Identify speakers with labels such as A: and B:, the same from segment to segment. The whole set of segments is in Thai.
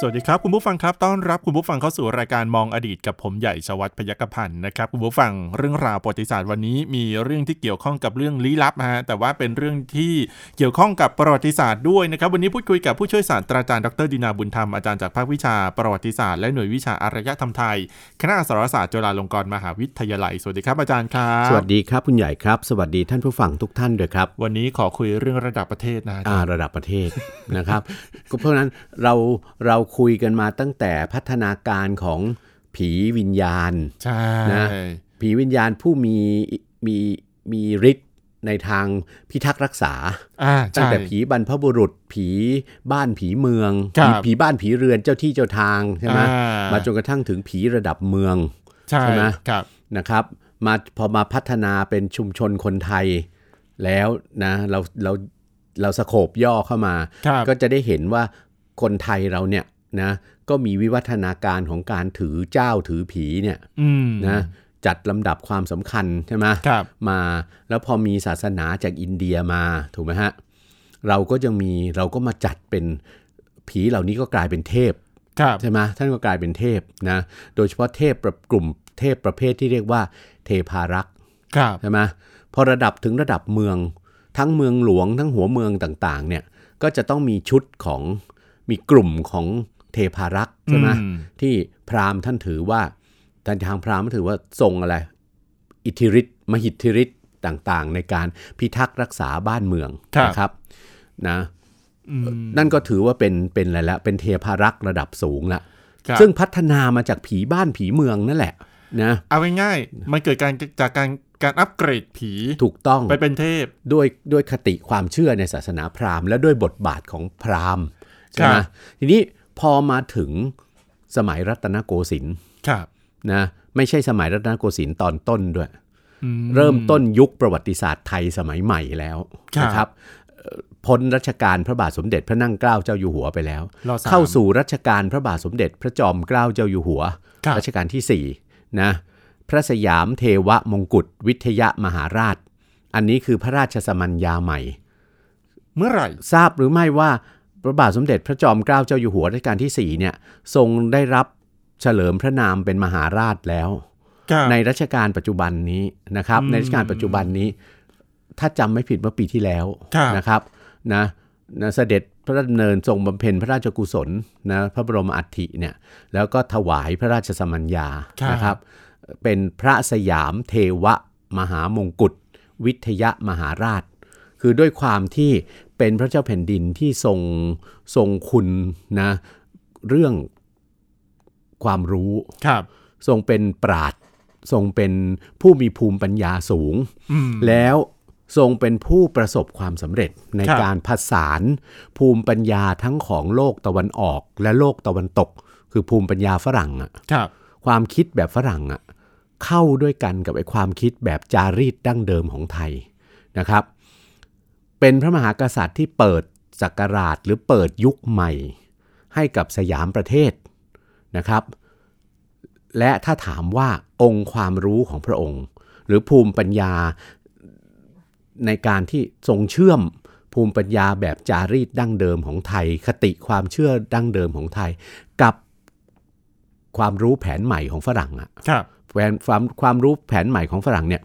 A: สวัสดีครับ คุณผู้ฟังครับต้อนรับคุณผู้ฟังเข้าสู่รายการมองอดีตกับผมใหญ่ชวัฒน์พยัคฆพันธ์นะครับคุณผู้ฟังเรื่องราวประวัติศาสตร์วันนี้มีเรื่องที่เกี่ยวข้องกับเรื่องลี้ลับฮะแต่ว่าเป็นเรื่องที่เกี่ยวข้องกับประวัติศาสตร์ด้วยนะครับวันนี้พูดคุยกับผู้ช่วยศาสตราจารย์ดรดินาบุญธรรมอาจารย์จากภาควิชาประวัติศาสตร์และหน่วยวิชาอารยธรรมไทยคณะอักษรศาสตร์จุฬาลงกรณ์มหาวิทยาลัยสวัสดีครับอาจารย์ครับ
B: สวัสดีครับคุณใหญ่ครับ สวัสดีท่านผู้ฟังทุกท่านด้วยครับ
A: วันนี้ขอคุยเรื่องระดับประเทศนะฮะ
B: อ่าระดับประเทศ นะครับก็เพราะฉะนั้นเราเราคุยกันมาตั้งแต่พัฒนาการของผีวิญญาณ
A: ใช่
B: นะ ผีวิญญาณผู้มีมีมีฤทธิ์ในทางพิทักษ์รักษา
A: อ่า
B: ตั้ง
A: ใช่
B: แต่ผีบรรพบุรุษ ผีบ้านผีเมือง
A: ครั
B: ผี
A: บ
B: ผีบ้านผีเรือนเจ้าที่เจ้าทางใช่ไหม
A: อ่าม
B: มาจนกระทั่งถึงผีระดับเมือง
A: ใช่
B: ใช่ไหม
A: ครับ
B: นะครับมาพอมาพัฒนาเป็นชุมชนคนไทยแล้วนะเราเราเราสโคบย่อเข้ามา
A: ครับ
B: ก็จะได้เห็นว่าคนไทยเราเนี่ยนะก็มีวิวัฒนาการของการถือเจ้าถือผีเนี่ย
A: อืม
B: นะจัดลำดับความสำคัญใช่ไหม
A: ครับ
B: มาแล้วพอมีศาสนาจากอินเดียมาถูกไหมฮะเราก็จะมีเราก็มาจัดเป็นผีเหล่านี้ก็กลายเป็นเทพ
A: ครับ
B: ใช่ไหมท่านก็กลายเป็นเทพนะ โดยเฉพาะเทพประกลุ่มเทพประเภทที่เรียกว่าเทพารักษ์
A: ครับ
B: ใช่ไหมพอระดับถึงระดับเมือง ทั้งเมืองหลวงทั้งหัวเมืองต่างๆเนี่ยก็จะต้องมีชุดของมีกลุ่มของเทพารักษ์ใช่ไหม
A: อืม
B: ที่พราหมณ์ท่านถือว่าท่านทางพราหมณ์ถือว่าทรงอะไร อิทธิฤทธิ์มหิทธิฤทธิ์ต่างๆ ในการพิทักษ์รักษาบ้านเมือง
A: ครับ
B: นะครับนะ
A: อืม
B: นั่นก็ถือว่าเป็นเป็นอะไรละเป็นเทพารักษ์ระดับสูงละ
A: ครับ
B: ซึ่งพัฒนามาจากผีบ้านผีเมืองนั่นแหละนะ
A: เอาง่ายๆ มันเกิดการจากการการอัปเกรดผี
B: ถูกต้อง
A: ไปเป็นเทพ
B: ด้วยด้วยคติความเชื่อในศาสนาพราหมณ์และด้วยบทบาทของพราหมณ์ใช่ไหม
A: ครับ
B: ทีนี้พอมาถึงสมัยรัตนโกสินทร์
A: ครับ
B: นะไม่ใช่สมัยรัตนโกสินทร์ตอนต้นด้วย
A: อืม
B: เริ่มต้นยุคประวัติศาสตร์ไทยสมัยใหม่แล้ว
A: ครับ
B: นะครับเอ่อพ้นรัชกาลพระบาทสมเด็จพระนั่งเกล้าเจ้าอยู่หัวไปแล้ว
A: รอสาม
B: เข้าสู่รัชกาลพระบาทสมเด็จพระจอมเกล้าเจ้าอยู่หัว
A: ครับ
B: รัชกาลที่สี่นะพระสยามเทวมงกุฎวิทยมหาราช อันนี้คือพระราชสมัญญาใหม่
A: เมื่อไหร่
B: ทราบหรือไม่ว่าพระบาทสมเด็จพระจอมเกล้าเจ้าอยู่หัวรัชกาลที่สี่เนี่ยทรงได้รับเฉลิมพระนามเป็นมหาราชแล้ว
A: ครับ
B: ในรัชกาลปัจจุบันนี้นะครับ
A: อืม
B: ในรัชกาลปัจจุบันนี้ ถ้าจำไม่ผิดเมื่อปีที่แล้ว
A: ครับ
B: นะครับนะนะเสด็จพระราชดำเนินทรงบำเพ็ญพระราชกุศลนะพระบรมอัฐิเนี่ยแล้วก็ถวายพระราชสมัญญานะครับ เป็นพระสยามเทวมหามงกุฎวิทยมหาราช คือด้วยความที่เป็นพระเจ้าแผ่นดินที่ทรงทรงคุณนะเรื่องความรู้
A: ครับ
B: ทรงเป็นปราดทรงเป็นผู้มีภูมิปัญญาสูง
A: อืม
B: แล้วทรงเป็นผู้ประสบความสำเร็จใน
A: ครับ
B: การผสานภูมิปัญญาทั้งของโลกตะวันออกและโลกตะวันตก คือภูมิปัญญาฝรั่งอะ
A: ครับ
B: ความคิดแบบฝรั่งอะเข้าด้วยกันกับไอ้ความคิดแบบจารีตดั้งเดิมของไทยนะครับ เป็นพระมหากษัตริย์ที่เปิดจักราชหรือเปิดยุคใหม่ ให้กับสยามประเทศนะครับ และถ้าถามว่าองค์ความรู้ของพระองค์ หรือภูมิปัญญาในการที่ทรงเชื่อมภูมิปัญญาแบบจารีตดั้งเดิมของไทย คติความเชื่อดั้งเดิมของไทย กับความรู้แผนใหม่ของฝรั่งอะ
A: ครับ
B: แผนความความรู้แผนใหม่ของฝรั่งเนี่ย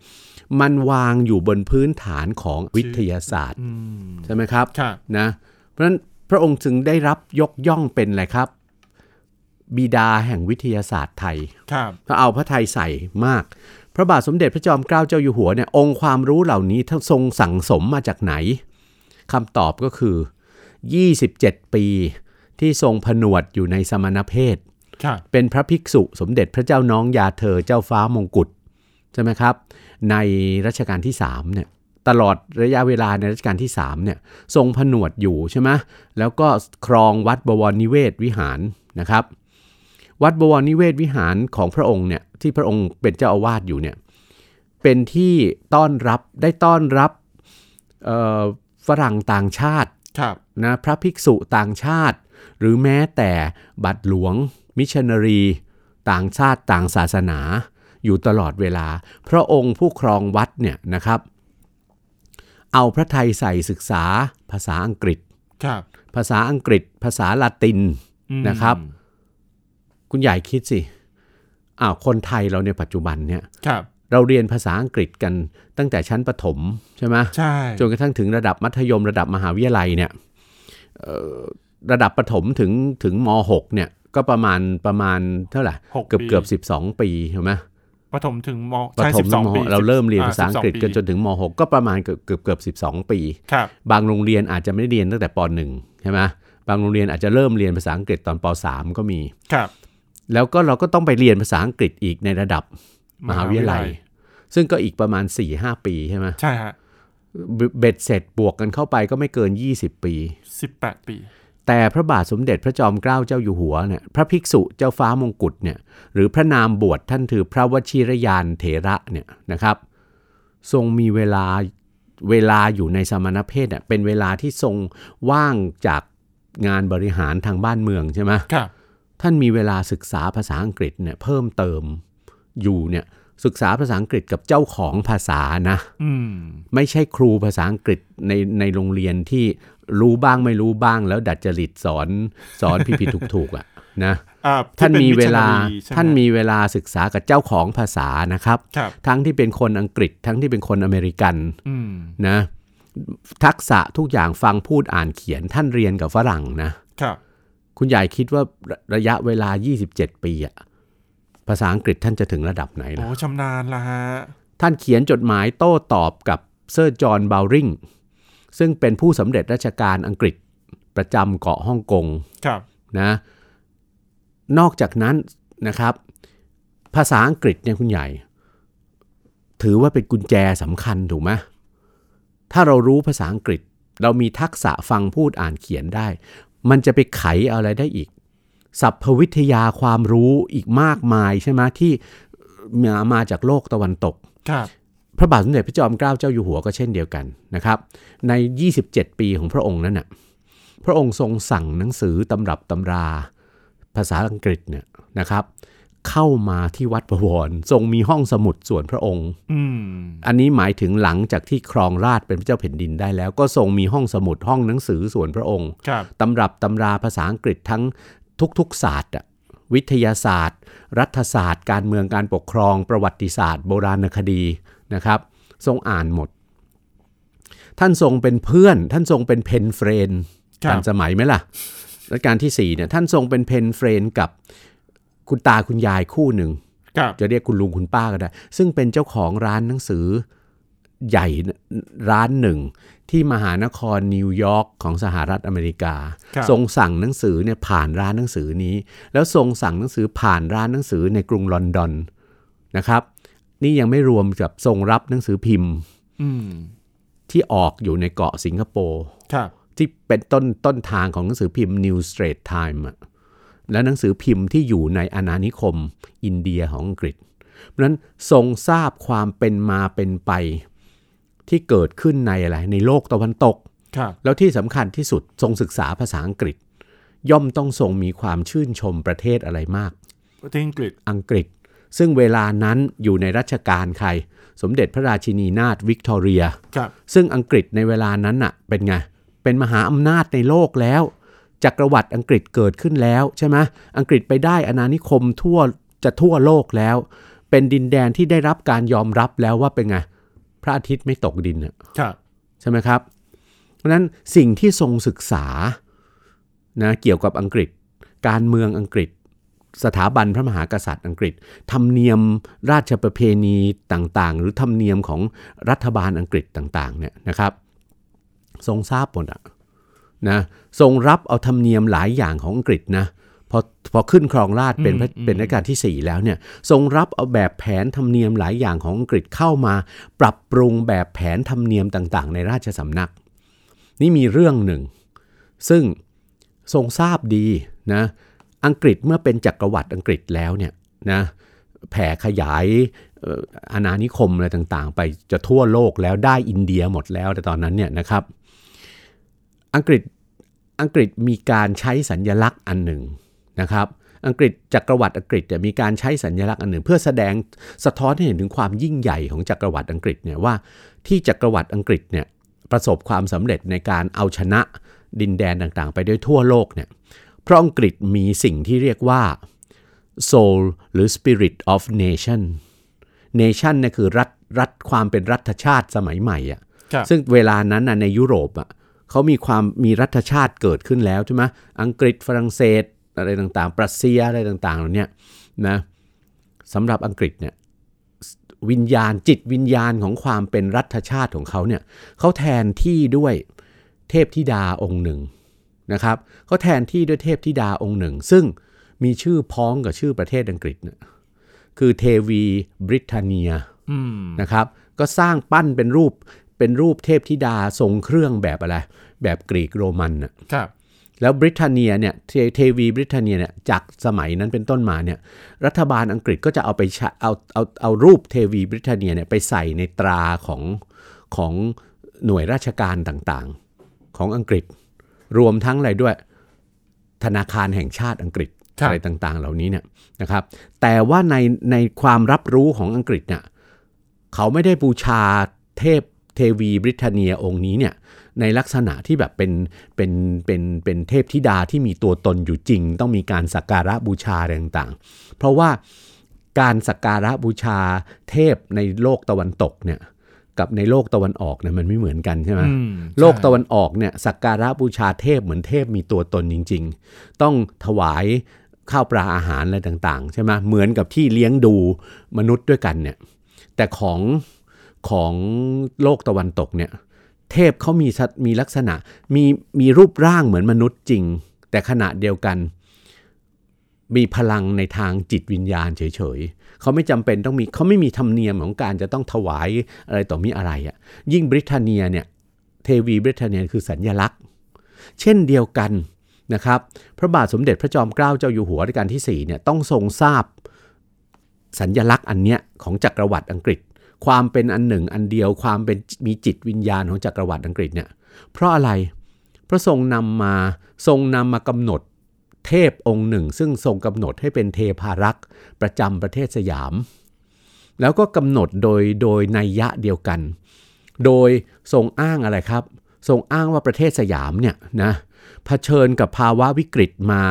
B: มันวางอยู่บนพื้นฐานของวิทยาศาสตร์
A: อืม
B: ใช่ไหมครับ
A: ครับ
B: นะเพราะฉะนั้นพระองค์จึงได้รับยกย่องเป็นอะไรครับ บิดาแห่งวิทยาศาสตร์ไทย
A: ครับ
B: ถ้าเอาพระไทยใส่มาก พระบาทสมเด็จพระจอมเกล้าเจ้าอยู่หัวเนี่ยองค์ความรู้เหล่านี้ท่านทรงสั่งสมมาจากไหนคำตอบก็คือ 27 ปีที่ทรงผนวดอยู่ในสมณเพศ
A: ครับ
B: เป็นพระภิกษุสมเด็จพระเจ้าน้องยาเธอเจ้าฟ้ามงกุฎใช่ไหมครับ ในรัชกาลที่3เนี่ยตลอดระยะเวลาในรัชกาลที่3เนี่ยทรงผนวดอยู่ใช่ไหมแล้วก็ครองวัดบวรนิเวศวิหารนะครับ วัดบวรนิเวศวิหารของพระองค์เนี่ยที่พระองค์เป็นเจ้าอาวาสอยู่เนี่ย เป็นที่ต้อนรับได้ต้อนรับเอ่อฝรั่งต่างชาติ
A: ครับ
B: นะพระภิกษุต่างชาติ หรือแม้แต่บัตรหลวง มิชชันนารี ต่างชาติต่างศาสนา อยู่ตลอดเวลา พระองค์ผู้ครองวัดเนี่ยนะครับ เอาพระไทยใส่ศึกษาภาษาอังกฤษ
A: ครับ
B: ภาษาอังกฤษ ภาษาละติน
A: อืม
B: นะครับ คุณใหญ่คิดสิอ้าวคนไทยเราในยปัจจุบันเนี่ย
A: ครับ
B: เราเรียนภาษาอังกฤษกันตั้งแต่ชั้นประถมใช่ไหม
A: ใช่
B: จนกระทั่งถึงระดับมัธยมระดับมหาวิทยาลัยเนี่ยเอ่อระดับประถมถึงถึงม .6 เนี่ยก็ประมาณประมาณเท่าไหร่
A: หก
B: เกือบ
A: ปี
B: เกือบ12 ปีใช่ไหม
A: ประถมถึงม
B: ป
A: ใช่
B: ระถ
A: สิบ
B: มถึ
A: สองง
B: ม
A: ปี
B: .6 เราเริ่มเรียนภาษาอังกฤษ
A: 12ปี
B: กันจนถึงม .6 ก็ประมาณเกือบเกือบเกือบ12 ปี
A: ครับ
B: บางโรงเรียนอาจจะไม่ได้เรียนตั้งแต่ป .1 ใช่ไหมบางโรงเรียนอาจจะเริ่มเรียนภาษาอังกฤษตอนป .3 ก็มี
A: ครับ
B: แล้วก็เราก็ต้องไปเรียนภาษาอังกฤษอีกในระดับมหาวิทยาลัย
A: มหาวิทยาลั
B: ซึ่งก็อีกประมาณ 4-5 ปีใช่ไหม
A: ใช่ฮะ
B: เบเบ็ดเสร็จบวกกันเข้าไปก็ไม่เกิน 20 ปี
A: สิบแปดปี
B: แต่พระบาทสมเด็จพระจอมเกล้าเจ้าอยู่หัวเนี่ยพระภิกษุเจ้าฟ้ามงกุฎเนี่ยหรือพระนามบวชท่านถือพระวชิรยานเถระเนี่ยนะครับ ทรงมีเวลาเวลาอยู่ในสมณเพศเนี่ยเป็นเวลาที่ทรงว่างจากงานบริหารทางบ้านเมืองใช่ไหม
A: ครับ
B: ท่านมีเวลาศึกษาภาษาอังกฤษเนี่ยเพิ่มเติมอยู่เนี่ยศึกษาภาษาอังกฤษกับเจ้าของภาษานะ
A: อืม
B: ไม่ใช่ครูภาษาอังกฤษในในโรงเรียนที่รู้บ้างไม่รู้บ้างแล้วดัดจริตสอนสอนผิดผิดถูกถูกๆอ่ะนะ
A: อ่าที่
B: ท่าน
A: ป็
B: มีเวลา
A: มิชชันรีใช่ไห
B: ท่านมีเวลาศึกษากับเจ้าของภาษานะครับ
A: ครับ
B: ทั้งที่เป็นคนอังกฤษทั้งที่เป็นคนอเมริกัน
A: อืม
B: นะทักษะทุกอย่างฟังพูดอ่านเขียนท่านเรียนกับฝรั่งนะครับ คุณใหญ่คิดว่าระระยะเวลา 27 ปีอะภาษาอังกฤษท่านจะถึงระดับไหนล่ะ
A: โอ้ชำนาญละฮะ
B: ท่านเขียนจดหมายโต้ตอบกับเซอร์จอห์นบาวริงซึ่งเป็นผู้สำเร็จราชการอังกฤษประจำเกาะฮ่องกง
A: ครับ
B: นะนอกจากนั้นนะครับ ภาษาอังกฤษเนี่ยคุณใหญ่ ถือว่าเป็นกุญแจสำคัญถูกไหมถ้าเรารู้ภาษาอังกฤษ เรามีทักษะฟังพูดอ่านเขียนได้ มันจะไปไขอะไรได้อีก ศัพทวิทยาความรู้อีกมากมายใช่ไหมที่มามาจากโลกตะวันตก
A: ครับ
B: พระบาทสมเด็จพระจอมเกล้าเจ้าอยู่หัวก็เช่นเดียวกันนะครับ ใน 27 ปีของพระองค์นั้นน่ะพระองค์ทรงสั่งหนังสือตำรับตำรา ภาษาอังกฤษเนี่ยนะครับ เข้ามาที่วัดประวรทรงมีห้องสมุดส่วนพระองค์
A: อืม
B: อันนี้หมายถึงหลังจากที่ครองราชย์เป็นพระเจ้าแผ่นดินได้แล้ว ก็ทรงมีห้องสมุดห้องหนังสือส่วนพระองค์
A: ครับ
B: ตำรับตำราภาษาอังกฤษทั้งทุกๆศาสตร์อะวิทยาศาสตร์ รัฐศาสตร์ การเมืองการปกครอง ประวัติศาสตร์ โบราณคดีนะครับ ทรงอ่านหมด ท่านทรงเป็นเพื่อน ท่านทรงเป็นเพนเฟรน
A: ครับ
B: ทันสมัยไหมล่ะรัชกาลที่สี่เนี่ยท่านทรงเป็นเพนเฟรนกับคุณตาคุณยายคู่หนึ่ง
A: ครับ
B: จะเรียกคุณลุงคุณป้าก็ได้ ซึ่งเป็นเจ้าของร้านหนังสือใหญ่ร้านหนึ่ง ที่มหานครนิวยอร์กของสหรัฐอเมริกา
A: ครับ
B: ทรงสั่งหนังสือเนี่ยผ่านร้านหนังสือนี้ แล้วทรงสั่งหนังสือผ่านร้านหนังสือในกรุงลอนดอนนะครับ นี่ยังไม่รวมกับทรงรับหนังสือพิมพ์
A: อืม
B: ที่ออกอยู่ในเกาะสิงคโปร์
A: ครับ
B: ที่เป็นต้นต้นทางของหนังสือพิมพ์ New Straits Time อะและหนังสือพิมพ์ที่อยู่ในอาณานิคมอินเดียของอังกฤษ เพราะฉะนั้นทรงทราบความเป็นมาเป็นไปที่เกิดขึ้นในอะไรในโลกตะวันตก
A: ครับ
B: แล้วที่สำคัญที่สุดทรงศึกษาภาษาอังกฤษ ย่อมต้องทรงมีความชื่นชมประเทศอะไรมาก
A: ประเทศอังกฤษ
B: อังกฤษ ซึ่งเวลานั้นอยู่ในรัชกาลใคร สมเด็จพระราชินีนาถวิกตอเรีย
A: ครับ
B: ซึ่งอังกฤษในเวลานั้นน่ะเป็นไง เป็นมหาอำนาจในโลกแล้ว จักรวรรดิอังกฤษเกิดขึ้นแล้วใช่ไหมอังกฤษไปได้อาณานิคมทั่วจะทั่วโลกแล้ว เป็นดินแดนที่ได้รับการยอมรับแล้วว่าเป็นไง พระอาทิตย์ไม่ตกดินน่ะ
A: ครับ
B: ใช่ไหมครับ เพราะฉะนั้นสิ่งที่ทรงศึกษานะเกี่ยวกับอังกฤษ การเมืองอังกฤษ สถาบันพระมหากษัตริย์อังกฤษ ธรรมเนียมราชประเพณีต่างๆ หรือธรรมเนียมของรัฐบาลอังกฤษต่างๆเนี่ยนะครับ ทรงทราบหมดอะนะทรงรับเอาธรรมเนียมหลายอย่างของอังกฤษนะพอพอขึ้นครองราชย์เป็นพระ
A: อืม
B: เป็นรัชกาลที่ 4 แล้วเนี่ยทรงรับเอาแบบแผนธรรมเนียมหลายอย่างของอังกฤษเข้ามา ปรับปรุงแบบแผนธรรมเนียมต่างๆ ในราชสำนัก นี่มีเรื่องหนึ่ง ซึ่งทรงทราบดีนะอังกฤษเมื่อเป็นจักรวรรดิอังกฤษแล้วเนี่ยนะแผ่ขยาย เอ่ออาณานิคมอะไรต่างๆ ไปจะทั่วโลกแล้วได้อินเดียหมดแล้วแต่ตอนนั้นเนี่ยนะครับ อังกฤษอังกฤษมีการใช้สัญญลักษณ์อันหนึ่งนะครับ อังกฤษจักรวรรดิอังกฤษเนี่ยมีการใช้สัญญลักษณ์อันหนึ่ง เพื่อแสดงสะท้อนให้เห็นถึงความยิ่งใหญ่ของจักรวรรดิอังกฤษเนี่ยว่าที่จักรวรรดิอังกฤษเนี่ยประสบความสำเร็จในการเอาชนะดินแดนต่างๆ ไปได้ทั่วโลกเนี่ยเพราะอังกฤษมีสิ่งที่เรียกว่า soul หรือ spirit of nation nation เนี่ยคือรัฐรัฐความเป็นรัฐชาติสมัยใหม่อ่ะ
A: ครับ
B: ซึ่งเวลานั้นน่ะในยุโรปอ่ะเขามีความมีรัฐชาติเกิดขึ้นแล้วใช่ไหมอังกฤษฝรั่งเศสอะไรต่างๆ ปรัสเซียอะไรต่างๆเหล่าเนี้ยนะสำหรับอังกฤษเนี่ยวิญญาณจิตวิญญาณของความเป็นรัฐชาติของเขาเนี่ยเขาแทนที่ด้วยเทพธิดาองค์หนึ่งนะครับเขาแทนที่ด้วยเทพธิดาองค์หนึ่ง ซึ่งมีชื่อพ้องกับชื่อประเทศอังกฤษนะคือเทวีบริทาเนีย
A: อืม
B: นะครับก็สร้างปั้นเป็นรูปเป็นรูปเทพธิดาทรงเครื่องแบบอะไร แบบกรีกโรมันน่ะ
A: ครับ
B: แล้วบริเตนเนียเนี่ยเทเทวีบริเตนเนียเนี่ยจากสมัยนั้นเป็นต้นมาเนี่ยรัฐบาลอังกฤษก็จะเอาไปใช้เอาเอาเอารูปเทวีบริเตนเนียเนี่ยไปใส่ในตราของของหน่วยราชการต่างๆของอังกฤษ รวมทั้งอะไรด้วยธนาคารแห่งชาติอังกฤษ
A: ครับ
B: อะไรต่างๆ เหล่านี้เนี่ยนะครับแต่ว่าในในความรับรู้ของอังกฤษเนี่ย เขาไม่ได้บูชาเทพเทวีบริเตนเนียองค์นี้เนี่ยในลักษณะที่แบบเป็นเป็นเป็นเป็นเทพธิดาที่มีตัวตนอยู่จริง ต้องมีการสักการะบูชาอะไรต่างๆ เพราะว่าการสักการะบูชาเทพในโลกตะวันตกเนี่ยกับในโลกตะวันออกเนี่ยมันไม่เหมือนกันใช่ไหม
A: อืม
B: โลกตะวันออกเนี่ยสักการะบูชาเทพเหมือนเทพมีตัวตนจริง ๆ ต้องถวายข้าวปลาอาหารอะไรต่างๆใช่ไหมเหมือนกับที่เลี้ยงดูมนุษย์ด้วยกันเนี่ยแต่ของของโลกตะวันตกเนี่ยเทพเขามีสัตมีลักษณะมีมีรูปร่างเหมือนมนุษย์จริง แต่ขณะเดียวกัน มีพลังในทางจิตวิญญาณเฉยๆ เขาไม่จำเป็นต้องมีเขาไม่มีธรรมเนียมของการจะต้องถวายอะไรต่อมีอะไรอะ่ะ ยิ่งบริเตนเนียเนี่ยเทวีบริเตนเนียคือสัญญลักษณ์ เช่นเดียวกันนะครับ พระบาทสมเด็จพระจอมเกล้าเจ้าอยู่หัวรัชกาลที่4เนี่ยต้องทรงทราบสัญญลักษณ์อันเนี้ยของจักรวรรดิอังกฤษ ความเป็นอันหนึ่งอันเดียวความเป็นมีจิตวิญญาณของจักรวรรดิอังกฤษเนี่ยเพราะอะไรเพราะทรงนำมาทรงนำมากำหนด เทพองค์หนึ่งซึ่งทรงกำหนดให้เป็นเทพารักษ์ประจำประเทศสยาม แล้วก็กำหนดโดยโดยนัยยะเดียวกัน โดยทรงอ้างอะไรครับ ทรงอ้างว่าประเทศสยามเนี่ยนะเผชิญกับภาวะวิกฤตมา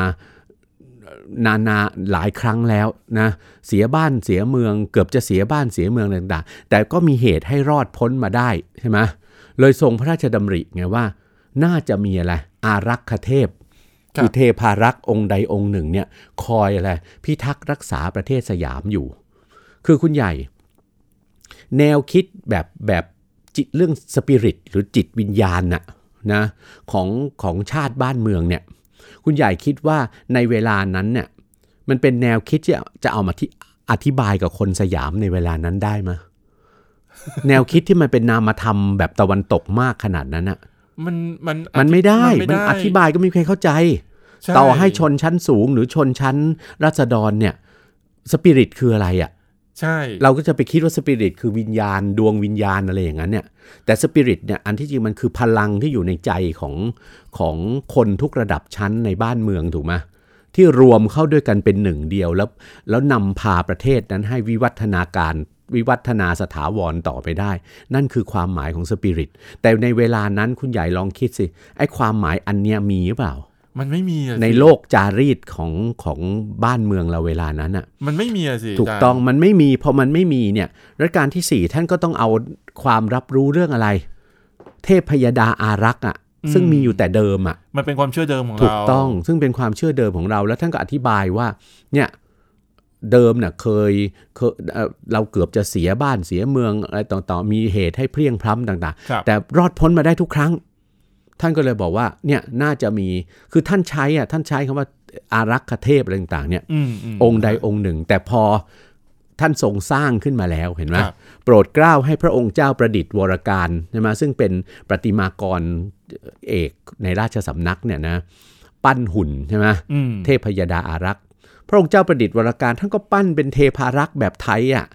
B: นานาหลายครั้งแล้วนะเสียบ้านเสียเมืองเกือบจะเสียบ้านเสียเมืองต่างๆ แต่ก็มีเหตุให้รอดพ้นมาได้ใช่ไหมเลยทรงพระราชดำริไงว่า น่าจะมีอะไรอารักขเทพ
A: ครั
B: คื
A: บ
B: อเทพารักษ์องค์ใดองค์หนึ่งเนี่ยคอยอะไรพิทักษ์รักษาประเทศสยามอยู่ คือคุณใหญ่ แนวคิดแบบแบบจิตเรื่องสปิริตหรือจิตวิญญาณน่ะนะของของชาติบ้านเมืองเนี่ยคุณใหญ่คิดว่าในเวลานั้นเนี่ยมันเป็นแนวคิดที่จะเอามาที่อธิบายกับคนสยามในเวลานั้นได้ ไหมย แนวคิดที่มันเป็นนามธรรมแบบตะวันตกมากขนาดนั้นอะ
A: มันมัน
B: มันไม่ได้
A: น
B: มันอธิบายก็ไม่มีใครเข้าใจ
A: ช่
B: ต่อให้ชนชั้นสูงหรือชนชั้นราษฎรเนี่ยสปิริตคืออะไรอะ่ะ
A: ใช่
B: เราก็จะไปคิดว่าสปิริตคือวิญญาณดวงวิญญาณอะไรอย่างนั้นเนี่ย แต่สปิริตเนี่ยอันที่จริงมันคือพลังที่อยู่ในใจของของคนทุกระดับชั้นในบ้านเมืองถูกไหมที่รวมเข้าด้วยกันเป็นหนึ่งเดียวแล้ว แล้วนำพาประเทศนั้นให้วิวัฒนาการวิวัฒนาสถาวรต่อไปได้ นั่นคือความหมายของสปิริตแต่ในเวลานั้นคุณใหญ่ลองคิดสิไอ้ความหมายอันเนี้ยมีหรือเปล่า
A: มันไม่มีอะสิ
B: ในโลกจารีตของของบ้านเมืองเราเวลานั้นอ่ะ
A: มันไม่มีอะสิ
B: ถู
A: า
B: ก
A: จารย์
B: ต้องมันไม่มีพอมันไม่มีเนี่ยรัชกาลที่ 4 ท่านก็ต้องเอาความรับรู้เรื่องอะไร เทพพยดาอารักษ์อ่ะซึ่งมีอยู่แต่เดิมอ่ะ
A: มันเป็นความเชื่อเดิมของเรา
B: ถูกต้องซึ่งเป็นความเชื่อเดิมของเรา แล้วท่านก็อธิบายว่าเนี่ยเดิมเน่ะเคยเคยเอ่อเราเกือบจะเสียบ้านเสียเมืองอะไรต่างๆมีเหตุให้เพลียงพล้ำต่าง ๆ
A: ครับ
B: แต่รอดพ้นมาได้ทุกครั้ง ท่านก็เลยบอกว่าเนี่ยน่าจะมีคือท่านใช้อ่ะท่านใช้คำว่าอารักขเทพอะไรต่างๆเนี่ย
A: อืมม
B: องค์ใดองค์หนึ่ง แต่พอท่านทรงสร้างขึ้นมาแล้วเห็นไหม
A: ครับ
B: โปรดเกล้าให้พระองค์เจ้าประดิษฐ์วรการใช่ไหมซึ่งเป็นประติมากรเอกในราชสำนักเนี่ยนะปั้นหุ่นใช่ไหม
A: อืม
B: เทพพยดาอารักษ์ พระองค์เจ้าประดิษฐ์วรการท่านก็ปั้นเป็นเทพารักษ์แบบไทยอ่ะ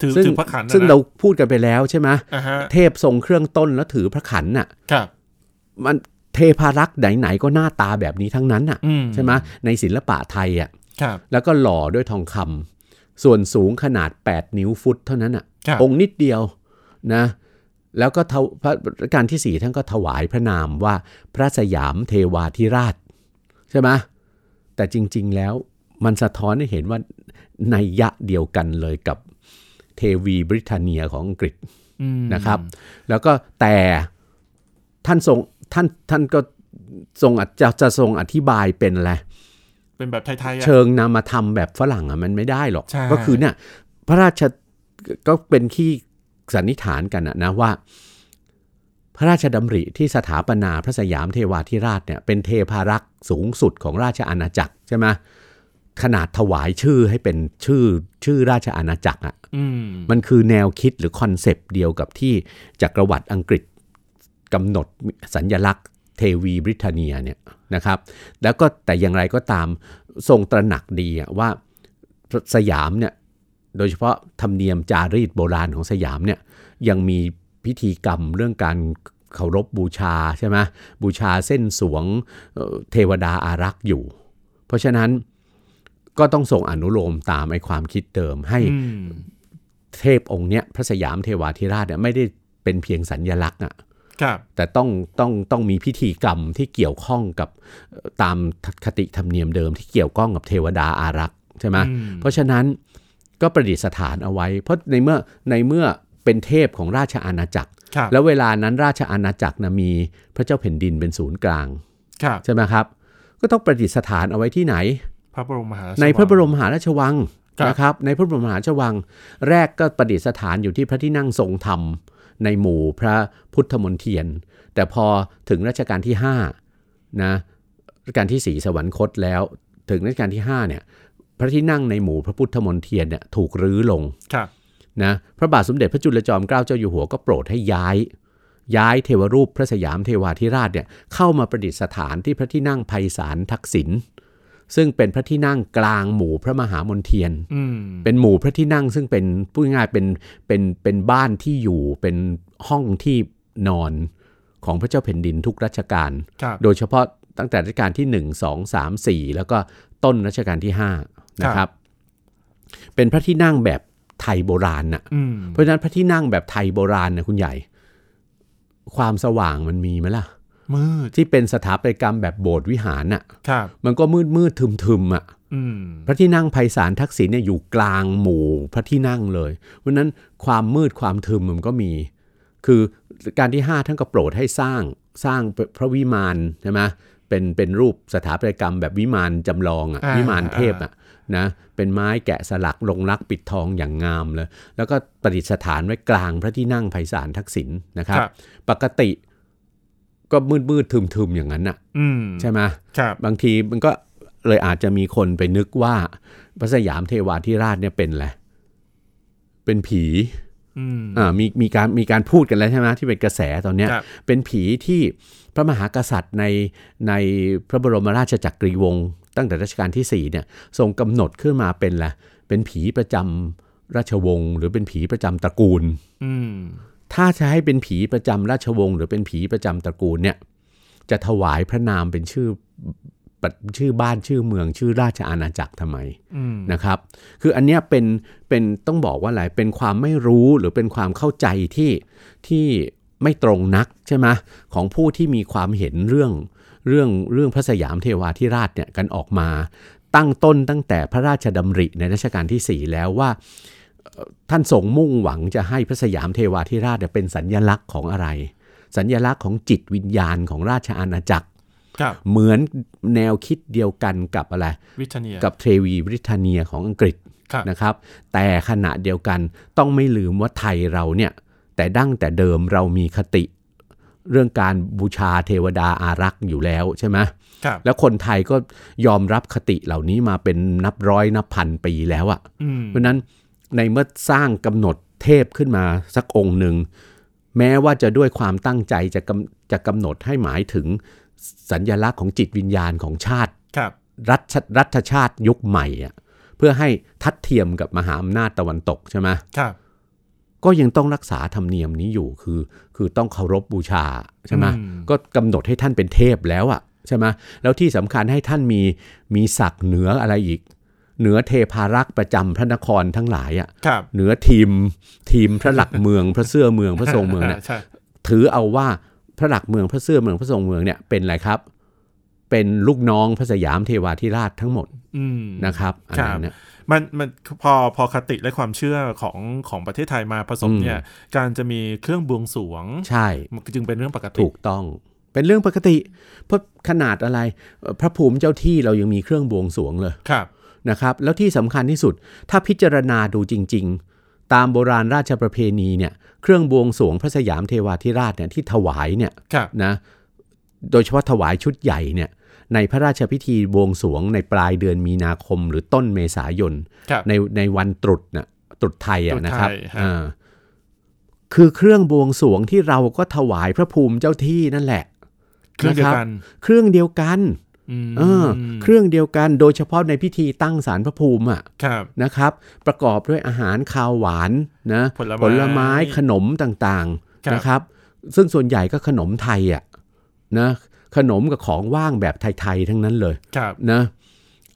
A: ถือ
B: ซึ่ง
A: ถือพระขันนะ
B: ซึ่ง
A: นะ
B: เราพูดกันไปแล้วใช่ไหม
A: อ่าฮะ
B: เทพทรงเครื่องต้นแล้วถือพระขันน่ะ
A: ครับ
B: มันเทพารักษ์ไหนๆก็หน้าตาแบบนี้ทั้งนั้นน่ะ
A: อืม
B: ใช่ไหมในศิลปะไทยอ่ะ
A: ครับ
B: แล้วก็หล่อด้วยทองคำส่วนสูงขนาด 8 นิ้วฟุตเท่านั้นอ่ะ
A: ครับ
B: องค์นิดเดียวนะ แล้วก็ถวพระรัชการที่สี่ท่านก็ถวายพระนามว่าพระสยามเทวาธิราชใช่ไหมแต่จริงๆแล้วมันสะท้อนให้เห็นว่าในยยะเดียวกันเลยกับเทวีบริทาเนียของอังกฤษ
A: อืม
B: นะครับแล้วก็แต่ท่านทรงท่านท่านก็ทรงอาจจะจะทรงอธิบายเป็นอะไร
A: เป็นแบบไทยๆอ่ะ
B: เชิงนามธรรมแบบฝรั่งอ่ะมันไม่ได้หรอก
A: ใช่
B: ก็คือเนี่ยพระราชก็เป็นที่สันนิษฐานกันอะนะว่า พระราชดำริที่สถาปนาพระสยามเทวาธิราชเนี่ยเป็นเทพารักษ์สูงสุดของราชอาณาจักรใช่ไหมขนาดถวายชื่อให้เป็นชื่อชื่อราชอาณาจักรอ่ะ
A: อืม
B: มันคือแนวคิดหรือคอนเซปต์เดียวกับที่จักรวรรดิอังกฤษกำหนดสัญญลักษณ์เทวีบริทาเนียเนี่ยนะครับ แล้วก็แต่อย่างไรก็ตามทรงตระหนักดีอะว่าสยามเนี่ยโดยเฉพาะธรรมเนียมจารีตโบราณของสยามเนี่ยยังมีพิธีกรรมเรื่องการเคารพบูชาใช่ไหมบูชาเส้นสวงเอ่อเทวดาอารักษ์อยู่ เพราะฉะนั้นก็ต้องส่งอนุโลมตามไอความคิดเดิมให้
A: อืม
B: เทพองค์เนี้ยพระสยามเทวาธิราชเนี่ยไม่ได้เป็นเพียงสัญญลักษณ์อะ
A: ครับ
B: แต่ต้องต้องต้องมีพิธีกรรมที่เกี่ยวข้องกับเอ่อตามคติธรรมเนียมเดิมที่เกี่ยวข้องกับเทวดาอารักษ์ใช่ไหม
A: อืม
B: เพราะฉะนั้นก็ประดิษฐานเอาไว้ เพราะในเมื่อในเมื่อเป็นเทพของราชอาณาจักร
A: ครับ
B: แล้วเวลานั้นราชอาณาจักรนะมีพระเจ้าแผ่นดินเป็นศูนย์กลาง
A: ครับ
B: ใช่ไหมครับก็ต้องประดิษฐานเอาไว้ที่ไหน
A: พระบรมมหาราช
B: ในพระบรม
A: วัง
B: มหาราชวัง
A: ครับ
B: นะครับในพระบรมมหาราชวัง แรกก็ประดิษฐานอยู่ที่พระที่นั่งทรงธรรม ในหมู่พระพุทธมนเทียน แต่พอถึงรัชกาลที่5นะรัชกาลที่ 4 สวรรคตแล้ว ถึงรัชกาลที่5เนี่ยพระที่นั่งในหมู่พระพุทธมนเทียนเนี่ยถูกรื้อลง
A: ครับ
B: นะพระบาทสมเด็จพระจุลจอมเกล้าเจ้าอยู่หัวก็โปรดให้ย้าย ย้ายเทวรูปพระสยามเทวาธิราชเนี่ยเข้ามาประดิษฐานที่พระที่นั่งไพศาลทักษิณซึ่งเป็นพระที่นั่งกลางหมู่พระมหามนเทียน
A: อืม
B: เป็นหมู่พระที่นั่งซึ่งเป็นพูดง่ายๆเป็นเป็นเป็นบ้านที่อยู่เป็นห้องที่นอนของพระเจ้าแผ่นดินทุกรัชกาล
A: ครับ
B: โดยเฉพาะตั้งแต่รัชกาลที่ 1 2 3 4 แล้วก็ต้นรัชกาลที่5นะครับ เป็นพระที่นั่งแบบไทยโบราณน่ะ
A: อืม
B: เพราะฉะนั้นพระที่นั่งแบบไทยโบราณนะคุณใหญ่ ความสว่างมันมีไหมล่ะ
A: มืด
B: ที่เป็นสถาปัตยกรรมแบบโบสถ์วิหารน่ะ
A: ครับ
B: มันก็มืดมืดทึมทึมๆอ่ะ
A: อืม
B: พระที่นั่งไพศาลทักษิณเนี่ยอยู่กลางหมู่พระที่นั่งเลยเพราะฉะนั้นความมืดความทึมมันก็มี คือการที่ 5 ท่านก็โปรดให้สร้างสร้างพระวิมานใช่ไหมเป็นเป็นรูปสถาปัตยกรรมแบบวิมานจำลองอะวิมานเทพอะนะเป็นไม้แกะสลักลงรักปิดทองอย่างงามเลย แล้วก็ประดิษฐานไว้กลางพระที่นั่งไพศาลทักษิณนะครับ ปกติก็มืดมืดทึมทึมๆอย่างนั้นน่ะ
A: อืม
B: ใช่ไหม
A: ครับ
B: บางทีมันก็เลยอาจจะมีคนไปนึกว่าพระสยามเทวาธิราชเนี่ยเป็นอะไรเป็นผี
A: อืม
B: อ่ามีมีการมีการพูดกันแล้วใช่ไหมที่เป็นกระแสตอนเนี้ย
A: ครับ
B: เป็นผีที่พระมหากษัตริย์ในในพระบรมราชจักรีวงศ์ตั้งแต่รัชกาลที่สี่เนี่ยทรงกำหนดขึ้นมาเป็นอะไรเป็นผีประจำราชวงศ์หรือเป็นผีประจำตระกูล
A: อืม
B: ถ้าจะให้เป็นผีประจำราชวงศ์หรือเป็นผีประจำตระกูลเนี่ยจะถวายพระนามเป็นชื่อปะชื่อบ้านชื่อเมืองชื่อราชอาณาจักรทำไม
A: อืม
B: นะครับ คืออันเนี้ยเป็นเป็นต้องบอกว่าอะไรเป็นความไม่รู้หรือเป็นความเข้าใจที่ที่ไม่ตรงนักใช่ไหมของผู้ที่มีความเห็นเรื่องเรื่องเรื่องพระสยามเทวาธิราชเนี่ยกันออกมา ตั้งต้นตั้งแต่พระราชดำริในรัชกาลที่สี่แล้วว่า ท่านทรงมุ่งหวังจะให้พระสยามเทวาธิราชเนี่ยเป็นสัญญลักษณ์ของอะไร สัญญลักษณ์ของจิตวิญญาณของราชอาณาจักร
A: ครับ
B: เหมือนแนวคิดเดียวกันกับอะไร
A: วิทยเนีย
B: กับเทวีบริทาเนียของอังกฤษ
A: ครับ
B: นะครับ แต่ขณะเดียวกันต้องไม่ลืมว่าไทยเราเนี่ย แต่ดั้งแต่เดิมเรามีคติ เรื่องการบูชาเทวดาอารักษ์อยู่แล้วใช่ไหม
A: ครับ
B: แล้วคนไทยก็ยอมรับคติเหล่านี้มาเป็นนับร้อยนับพันปีแล้วอะ
A: อืม
B: เพราะฉะนั้นในเมื่อสร้างกำหนดเทพขึ้นมาสักองค์หนึ่ง แม้ว่าจะด้วยความตั้งใจจะกำจะกำหนดให้หมายถึงสัญญลักษณ์ของจิตวิญญาณของชาติ
A: ครับ
B: รัฐรัฐชาติยุคใหม่อะเพื่อให้ทัดเทียมกับมหาอำนาจตะวันตกใช่ไหม
A: ครับ
B: ก็ยังต้องรักษาธรรมเนียมนี้อยู่คือ คือต้องเคารพบูชาใช่ไหม
A: อืม
B: ก็กำหนดให้ท่านเป็นเทพแล้วอะใช่ไหมแล้วที่สำคัญให้ท่านมีมีศักดิ์เหนืออะไรอีก เหนือเทพารักษ์ประจำพระนครทั้งหลายอะ
A: ครับ
B: เหนือทีมทีมพระหลักเมือง พระเสื้อเมืองพระทรง เมืองเนี่ย
A: ใช่
B: ถือเอาว่าพระหลักเมืองพระเสื้อเมืองพระทรงเมืองเนี่ยเป็นอะไรครับ เป็นลูกน้องพระสยามเทวาธิราชทั้งหมด
A: อืม
B: นะครับอันนั้นเนี่ย
A: มันมันพอพอคติและความเชื่อของของประเทศไทยมาผสม
B: อืม
A: เนี่ย การจะมีเครื่องบวงสรวง
B: ใช่
A: มันจึงเป็นเรื่องปกติ
B: ถูกต้อง เป็นเรื่องปกติ เพราะขนาดอะไรเอ่อพระภูมิเจ้าที่เรายังมีเครื่องบวงสรวงเลย
A: ครับ
B: นะครับ แล้วที่สำคัญที่สุด ถ้าพิจารณาดูจริง ๆ ตามโบราณราชประเพณีเนี่ย เครื่องบวงสรวงพระสยามเทวาธิราชเนี่ยที่ถวายเนี่ย
A: ครับ
B: นะโดยเฉพาะถวายชุดใหญ่เนี่ยในพระราชพิธีบวงสรวงในปลายเดือนมีนาคม หรือต้นเมษายน
A: ครับ
B: ในในวันตรุษนะตรุษไทย
A: ตรุษ
B: อะ
A: ไทย
B: นะครับ
A: ฮะ
B: อ่าคือเครื่องบวงสรวงที่เราก็ถวายพระภูมิเจ้าที่นั่นแหละ
A: เครื่องเดียวกัน
B: เครื่องเดียวกัน
A: ม
B: เออเครื่องเดียวกันโดยเฉพาะในพิธีตั้งศาลพระภูมิอะ
A: ครับ
B: นะครับ ประกอบด้วยอาหารคาวหวานนะ
A: ผลไม้
B: ไม้ขนมต่าง
A: ครับ
B: ๆนะครับ ซึ่งส่วนใหญ่ก็ขนมไทยอะนะขนมกับของว่างแบบไทยๆทั้งนั้นเลย
A: ครับ
B: นะ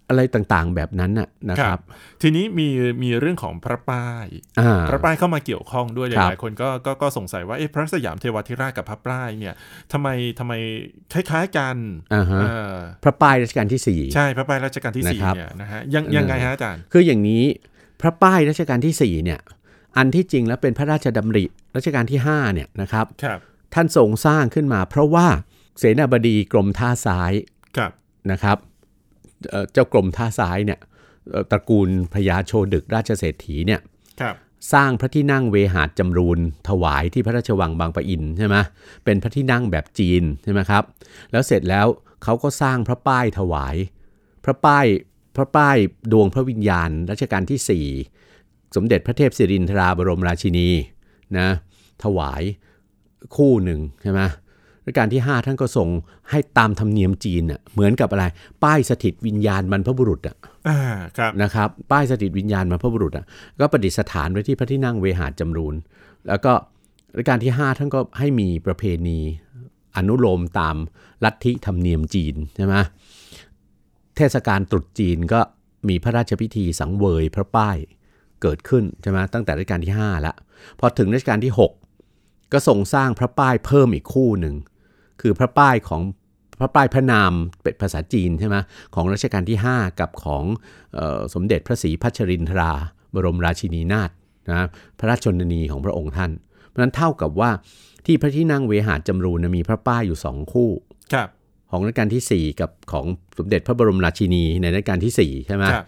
B: อะไรต่างๆแบบนั้นน่ะนะค
A: ครั
B: รับ บ
A: ทีนี้มีมีเรื่องของพระป้าย
B: อ่า
A: พระป้ายเข้ามาเกี่ยวข้องด้วยห
B: ครับ
A: ลายๆคนก็ก็ก็สงสัยว่าเอ๊ะพระสยามเทวาธิราชกับพระป้ายเนี่ยทำไมทำไมคล้ายๆกัน
B: อ่าฮะ
A: เออ
B: พระป้ายรัชกาลที่สี่
A: ใช่พระป้ายรัชกาลที่สี่
B: นะครับ
A: เนี่ยนะฮะยังยังไงฮะอาจารย์
B: คืออย่างนี้พระป้ายรัชกาลที่สี่เนี่ยอันที่จริงแล้วเป็นพระราชดำริรัชกาลที่ห้าเนี่ยนะครับ
A: ครับ
B: ท่านทรงสร้างขึ้นมา เพราะว่าเสนาบดีกรมท่าซ้าย
A: ครับ
B: นะครับเอ่อเจ้ากรมท่าซ้ายเนี่ยเอ่อตระกูลพญาโชดึกราชเศรษฐีเนี่ย
A: ครับ
B: สร้างพระที่นั่งเวหาจำรูนถวายที่พระราชวังบางปะอินใช่ไหมเป็นพระที่นั่งแบบจีนใช่ไหมครับแล้วเสร็จแล้วเขาก็สร้างพระป้ายถวาย พระป้ายพระป้ายดวงพระวิญญาณรัชกาลที่ 4 สมเด็จพระเทพศิรินทราบรมราชินีนะถวายคู่หนึ่งใช่ไหมรัชกาลที่ 5 ท่านก็ส่งให้ตามธรรมเนียมจีนน่ะเหมือนกับอะไร ป้ายสถิตวิญญาณบรรพบุรุษอะ
A: อ่าครับ
B: นะครับป้ายสถิตวิญญาณบรรพบุรุษอะก็ประดิษฐานไว้ที่พระที่นั่งเวหาจำรูน แล้วก็รัชกาลที่ 5 ท่านก็ให้มีประเพณีอนุโลมตามลัทธิธรรมเนียมจีนใช่ไหม เทศกาลตรุษจีนก็มีพระราชพิธีสังเวยพระป้ายเกิดขึ้นใช่ไหมตั้งแต่รัชกาลที่ 5 แล้ว พอถึงรัชกาลที่ 6 ก็ทรงสร้างพระป้ายเพิ่มอีกคู่หนึ่ง คือพระป้ายของพระป้ายพระนามเป็นภาษาจีนใช่ไหมของรัชกาลที่ 5 กับของเออสมเด็จพระศรีพัชรินทรา บรมราชินีนาถนะพระราชชนนีของพระองค์ท่าน เพราะฉะนั้นเท่ากับว่าที่พระที่นั่งเวหาจำรูนนะมีพระป้ายอยู่สองคู่
A: ครับ
B: ของรัชกาลทีสี่ 4 กับของสมเด็จพระบรมราชินีในรัชกาลที่ 4 ใช่ไหม
A: ครับ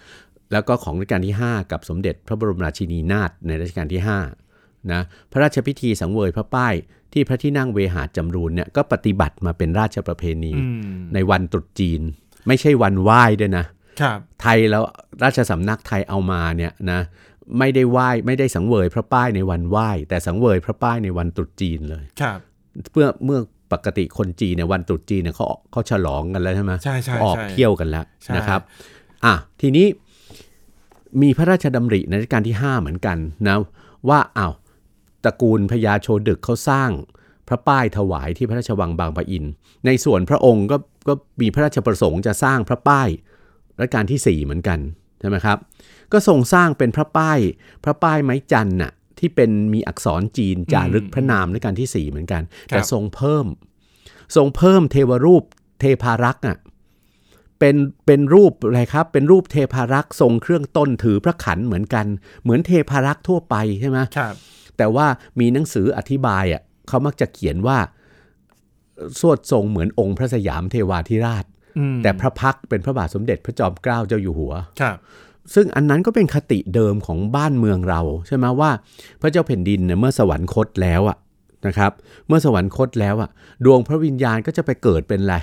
B: แล้วก็ของรัชกาลที่ 5 กับสมเด็จพระบรมราชินีนาถในรัชกาลที่5นะพระราชพิธีสังเวยพระป้าย ที่พระที่นั่งเวหาจำรูนเนี่ยก็ปฏิบัติมาเป็นราชประเพณี
A: อืม
B: ในวันตรุษจีน ไม่ใช่วันไหว้ด้วยนะ
A: ครับ
B: ไทยแล้วราชสำนักไทยเอามาเนี่ยนะไม่ได้ไหว้ไม่ได้สังเวยพระป้ายในวันไหว้ แต่สังเวยพระป้ายในวันตรุษจีนเลย
A: ครับ
B: เมื่อเมื่อปกติคนจีนเนี่ยวันตรุษจีนเนี่ยเขาเขาฉลองกันแล้วใช่ไหม
A: ใช่ใช่
B: ออก
A: ใช่
B: เที่ยวกันแล้ว
A: ใช่
B: นะครับอ่ะทีนี้มีพระราชดำริในรัชกาลที่ 5 เหมือนกันนะว่าอ้าวตระกูลพญาโชดึกเขาสร้างพระป้ายถวายที่พระราชวังบางปะอิน ในส่วนพระองค์ก็ก็มีพระราชประสงค์จะสร้างพระป้ายรัชกาลที่ 4 เหมือนกันใช่ไหมครับ ก็ทรงสร้างเป็นพระป้าย พระป้ายไม้จันทร์น่ะที่เป็นมีอักษรจีนจารึกพระนามรัชกาลที่ 4 เหมือนกัน แต่ทรงเพิ่ม ทรงเพิ่มเทวรูปเทพารักษ์อ่ะเป็นเป็นรูปอะไรครับ เป็นรูปเทพารักษ์ทรงเครื่องต้นถือพระขันเหมือนกัน เหมือนเทพารักษ์ทั่วไปใช่ไหม
A: ครับ
B: แต่ว่ามีหนังสืออธิบายอ่ะเขามักจะเขียนว่าสวดทรงเหมือนองค์พระสยามเทวาธิราช
A: อืม
B: แต่พระพักตร์เป็นพระบาทสมเด็จพระจอมเกล้าเจ้าอยู่หัว
A: ครับ
B: ซึ่งอันนั้นก็เป็นคติเดิมของบ้านเมืองเราใช่ไหมว่า พระเจ้าแผ่นดินเนี่ยเมื่อสวรรคตแล้วอะนะครับ เมื่อสวรรคตแล้วอะดวงพระวิญญาณก็จะไปเกิดเป็นอะไร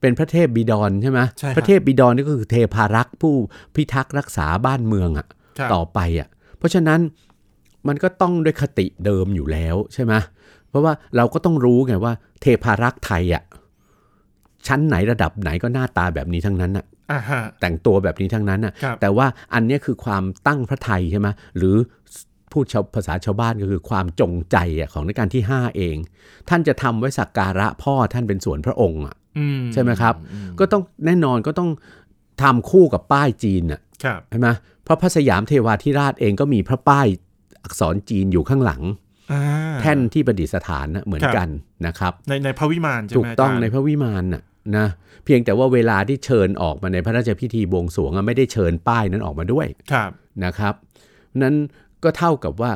B: เป็นพระเทพบิดรใช่ไหม
A: ใช่ครับ
B: พระเทพบิดรนี่ก็คือเทพารักษ์ผู้พิทักษ์รักษาบ้านเมืองอะ
A: ครับ
B: ต่อไปอะเพราะฉะนั้นมันก็ต้องด้วยคติเดิมอยู่แล้วใช่ไหมเพราะว่าเราก็ต้องรู้ไงว่า เทพารักษ์ไทยอะชั้นไหนระดับไหนก็หน้าตาแบบนี้ทั้งนั้นอะ
A: อ่าฮะ
B: แต่งตัวแบบนี้ทั้งนั้นน่ะ
A: ครับ
B: แต่ว่าอันเนี้ยคือความตั้งพระไทยใช่ไหมหรือ พูดชาวภาษาชาวบ้านก็คือความจงใจอะของรัชกาลที่ 5 เอง ท่านจะทำไว้สักการะพ่อท่านเป็นส่วนพระองค์อะ
A: อืม
B: ใช่ไหมครับ
A: อืม
B: ก็ต้องแน่นอนก็ต้องทำคู่กับป้ายจีนน่ะ
A: ครับ
B: ใช่ไหมเพราะพระสยามเทวาธิราชเองก็มีพระป้ายอักษรจีนอยู่ข้างหลัง
A: อ่า
B: แท่นที่ประดิษฐานน่ะเหมือน
A: ครับ
B: กันนะครับ
A: ในในพระวิมานใช่ไหม
B: ถูกต้อง
A: าจารย์
B: ในพระวิมานน่ะนะเพียงแต่ว่าเวลาที่เชิญออกมาในพระราชพิธีบวงสรวงอะไม่ได้เชิญป้ายนั้นออกมาด้วย
A: ครับ
B: นะครับนั้นก็เท่ากับว่า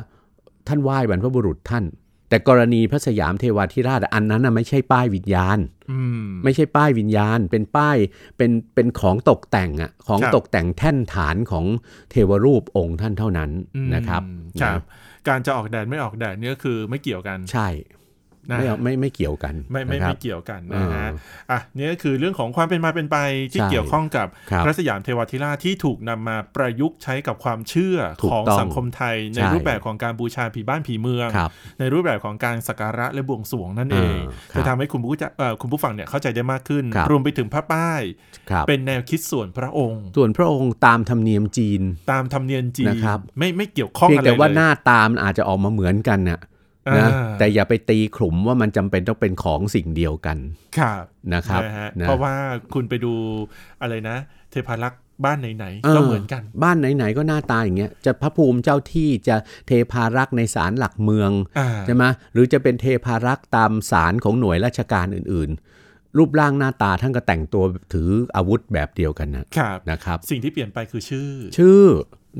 B: ท่านไหว้บรรพบุรุษท่าน แต่กรณีพระสยามเทวาธิราชอะอันนั้นน่ะไม่ใช่ป้ายวิญญาณ
A: อืม
B: ไม่ใช่ป้ายวิญญาณ เป็นป้ายเป็นเป็นของตกแต่งอ่ะของ
A: ครับ
B: ตกแต่งแท่นฐานของเทวรูปองค์ท่านเท่านั้น
A: อืม
B: นะครับ
A: ครับ
B: นะ
A: การจะออกแดดไม่ออกแดดเนี่ยคือไม่เกี่ยวกัน
B: ใช่
A: นะ
B: ไม่เอาไม่ไม่เกี่ยวกัน
A: ไม่ไม่
B: นะครั
A: ไม่
B: บ
A: เกี่ยวกันนะฮะ
B: เออ
A: อ่ะเนี่ยคือเรื่องของความเป็นมาเป็นไปที่
B: ใช่
A: เกี่ยวข้องกับ
B: ครับ
A: พระสยามเทวาธิราชที่ถูกนำมาประยุกต์ใช้กับความเชื่อ
B: ถูก
A: ของ
B: ต้อง
A: สังคมไทย ใน
B: ใช่
A: รูปแบบของการบูชาผีบ้านผีเมือง
B: ครับ
A: ในรูปแบบของการสักการะและบวงสรวงนั่นเอง
B: เออครับ
A: จะทำให้คุณผู้จะเอ่อคุณผู้ฟังเนี่ยเข้าใจได้มากขึ้น
B: ครับ
A: รวมไปถึงพระป้าย
B: ครับ
A: เป็นแนวคิดส่วนพระองค์
B: ส่วนพระองค์ตามธรรมเนียมจีน
A: ตามธรรมเนียมจีน
B: นะครับ
A: ไม่ไม่เกี่ยวข้อง
B: เพียง
A: อะไร
B: แต่ว่า
A: เลย
B: หน้าตามันอาจจะออกมาเหมือนกันน่ะ
A: อ่า
B: นะแต่อย่าไปตีขลุ่มว่ามันจำเป็นต้องเป็นของสิ่งเดียวกัน
A: ครับ
B: นะครับ
A: นะฮะ
B: น
A: เพราะว่าคุณไปดูอะไรนะ เทพารักษ์บ้านไหนๆ
B: เออ
A: ก็เหมือนกัน
B: บ้านไหนๆก็หน้าตาอย่างเงี้ยจะพระภูมิเจ้าที่จะเทพารักษ์ในศาลหลักเมือง
A: อ่า
B: ใช่ไหมหรือจะเป็นเทพารักษ์ตามศาลของหน่วยราชการอื่นๆ รูปร่างหน้าตาท่านก็แต่งตัวถืออาวุธแบบเดียวกันนะครับ นะครับ
A: สิ่งที่เปลี่ยนไปคือชื่อ
B: ชื่อ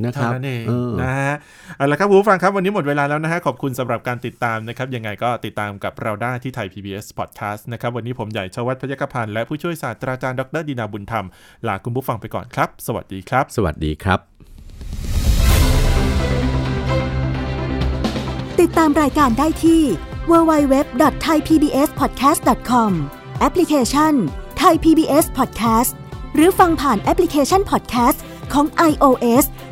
B: นะค
A: เท่า
B: รับ
A: นั้นเอง
B: เออ
A: นะฮะเอาละครับคุณผู้ฟังครับวันนี้หมดเวลาแล้วนะฮะขอบคุณสำหรับการติดตามนะครับ ยังไงก็ติดตามกับเราได้ที่ไทย PBS Podcast นะครับวันนี้ผมใหญ่ชวัฒน์พยกพันธ์และผู้ช่วยศาสตราจารย์ดรดินาบุญธรรม ลาคุณผู้ฟังไปก่อนครับ สวัสดีครับ
B: สวัสดีครับ
C: ติดตามรายการได้ที่ www.thaipbspodcast.com แอปพลิเคชัน Thai PBS Podcast หรือฟังผ่านแอปพลิเคชัน Podcast ของ iOS